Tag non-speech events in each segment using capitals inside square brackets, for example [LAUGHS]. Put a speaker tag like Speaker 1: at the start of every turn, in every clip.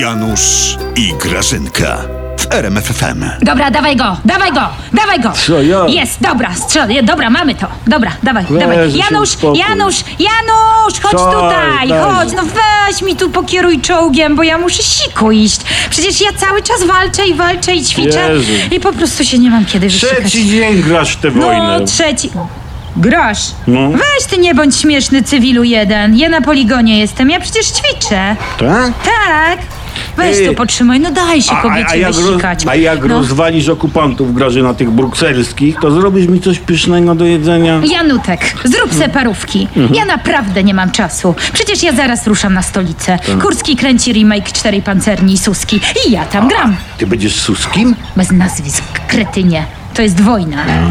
Speaker 1: Janusz i Grażynka w RMFFM.
Speaker 2: Dobra, dawaj go, dawaj go, dawaj go.
Speaker 3: Co, ja?
Speaker 2: Jest, dobra, strzel, je- dobra, mamy to. Dobra, dawaj,
Speaker 3: Weź
Speaker 2: dawaj.
Speaker 3: się
Speaker 2: Janusz,
Speaker 3: uspokój.
Speaker 2: Janusz, Janusz, chodź
Speaker 3: Co?
Speaker 2: tutaj,
Speaker 3: Daj.
Speaker 2: chodź, no weź mi tu pokieruj czołgiem, bo ja muszę siku iść. Przecież ja cały czas walczę i walczę i ćwiczę
Speaker 3: Jezu.
Speaker 2: i po prostu się nie mam kiedy wyszukać.
Speaker 3: Trzeci dzień grasz w tę
Speaker 2: No,
Speaker 3: wojnę.
Speaker 2: trzeci. Grosz,
Speaker 3: No.
Speaker 2: weź ty nie bądź śmieszny cywilu jeden. Ja na poligonie jestem, ja przecież ćwiczę.
Speaker 3: Tak?
Speaker 2: Tak. Weź
Speaker 3: Ej.
Speaker 2: tu potrzymaj, no daj się
Speaker 3: A,
Speaker 2: kobiecie
Speaker 3: a jak, roz,
Speaker 2: wysikać.
Speaker 3: a jak
Speaker 2: no.
Speaker 3: rozwalisz okupantów graży na tych brukselskich, to zrobisz mi coś pysznego do jedzenia.
Speaker 2: Janutek, zrób se parówki.
Speaker 3: Mhm.
Speaker 2: Ja naprawdę nie mam czasu. Przecież ja zaraz ruszam na stolicę.
Speaker 3: Tak.
Speaker 2: Kurski kręci remake Czterej Pancerni i Suski. I ja tam gram.
Speaker 3: Ty będziesz suskim?
Speaker 2: Bez nazwisk, kretynie. To jest wojna.
Speaker 3: No.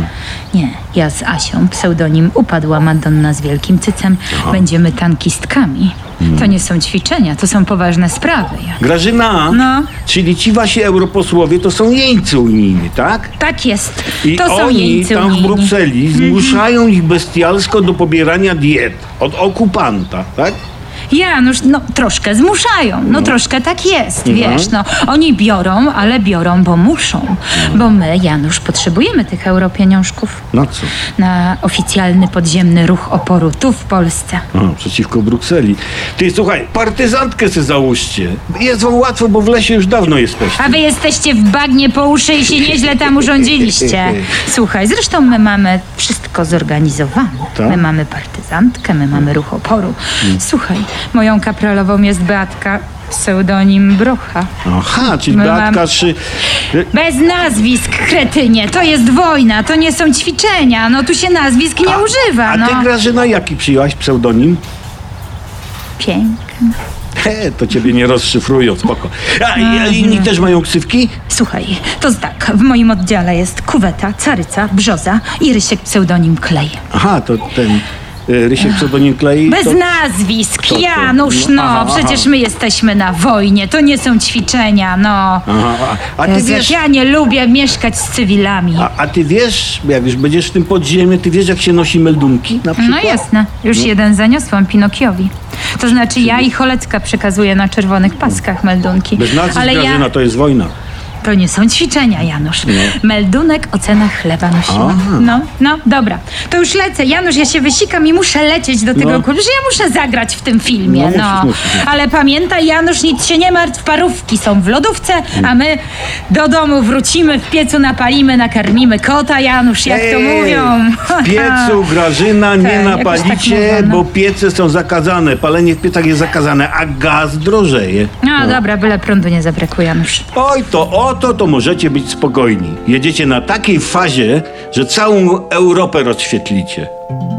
Speaker 2: Nie, ja z Asią, pseudonim Upadła Madonna z Wielkim Cycem, będziemy tankistkami.
Speaker 3: Mm.
Speaker 2: To nie są ćwiczenia, to są poważne sprawy. Ja-
Speaker 3: Grażyna,
Speaker 2: No.
Speaker 3: czyli ci wasi europosłowie to są jeńcy unijni, tak?
Speaker 2: Tak jest.
Speaker 3: I
Speaker 2: to są
Speaker 3: oni
Speaker 2: jeńcy
Speaker 3: tam w
Speaker 2: unijni. Mhm.
Speaker 3: Brukseli zmuszają ich bestialsko do pobierania diet od okupanta, tak?
Speaker 2: Janusz, no troszkę zmuszają, no troszkę tak jest, wiesz, no oni biorą, ale biorą, bo muszą, bo my, Janusz, potrzebujemy tych europieniążków
Speaker 3: Na No co?
Speaker 2: na oficjalny podziemny ruch oporu tu w Polsce.
Speaker 3: A, No, przeciwko Brukseli. Ty słuchaj, partyzantkę se załóżcie. Jest wam łatwo, bo w lesie już dawno jesteście.
Speaker 2: A wy jesteście w bagnie po uszy i się nieźle tam urządziliście. Słuchaj, zresztą my mamy wszystko zorganizowane.
Speaker 3: Tak?
Speaker 2: My mamy partyzantkę, my mamy ruch oporu. Słuchaj, moją kapralową jest Beatka, pseudonim Brocha.
Speaker 3: Aha, czyli
Speaker 2: My
Speaker 3: Beatka
Speaker 2: mam-
Speaker 3: trzy.
Speaker 2: Bez nazwisk, kretynie. To jest wojna, to nie są ćwiczenia. No tu się nazwisk nie używa,
Speaker 3: A
Speaker 2: no.
Speaker 3: ty Grażyna jaki przyjęłaś pseudonim?
Speaker 2: Piękne.
Speaker 3: He, to ciebie nie rozszyfrują, spoko. A,
Speaker 2: Mhm.
Speaker 3: i- i inni też mają ksywki?
Speaker 2: Słuchaj, to tak, w moim oddziale jest kuweta, caryca, brzoza i rysiek pseudonim Klej.
Speaker 3: Aha, to ten y, Rysiek pseudonim klei.
Speaker 2: Bez
Speaker 3: to...
Speaker 2: nazwisk,
Speaker 3: to?
Speaker 2: Janusz, no,
Speaker 3: No, aha,
Speaker 2: przecież my jesteśmy na wojnie, to nie są ćwiczenia, no.
Speaker 3: Aha, a, a ty
Speaker 2: Jezu, jak
Speaker 3: wiesz...
Speaker 2: Ja nie lubię mieszkać z cywilami.
Speaker 3: A, a ty wiesz, jak już będziesz w tym podziemiu, ty wiesz jak się nosi meldunki na
Speaker 2: No
Speaker 3: przykład?
Speaker 2: jasne, już jeden zaniosłam Pinokiowi. To znaczy ja i Cholecka przekazuję na czerwonych paskach meldunki.
Speaker 3: Bez nazwisk
Speaker 2: Ale ja...
Speaker 3: Grażyna, to jest wojna.
Speaker 2: To nie są ćwiczenia, Janusz. Meldunek o cenach chleba nosiła. No, no, dobra. To już lecę. Janusz, ja się wysikam i muszę lecieć do tego
Speaker 3: No.
Speaker 2: no. klubu, że ja muszę zagrać w tym filmie,
Speaker 3: No,
Speaker 2: no.
Speaker 3: musisz, musisz.
Speaker 2: Ale pamiętaj, Janusz, nic się nie martw. Parówki są w lodówce,
Speaker 3: Mm.
Speaker 2: a my do domu wrócimy, w piecu napalimy, nakarmimy kota, Janusz, jak to
Speaker 3: Ej,
Speaker 2: mówią.
Speaker 3: W piecu Grażyna nie
Speaker 2: jakoś tak
Speaker 3: napalicie,
Speaker 2: mówią, no.
Speaker 3: bo piece są zakazane. Palenie w piecach jest zakazane, a gaz drożeje.
Speaker 2: [LAUGHS] No dobra, byle prądu nie zabrakło, Janusz.
Speaker 3: Oj, to o to, to możecie być spokojni. Jedziecie na takiej fazie, że całą Europę rozświetlicie.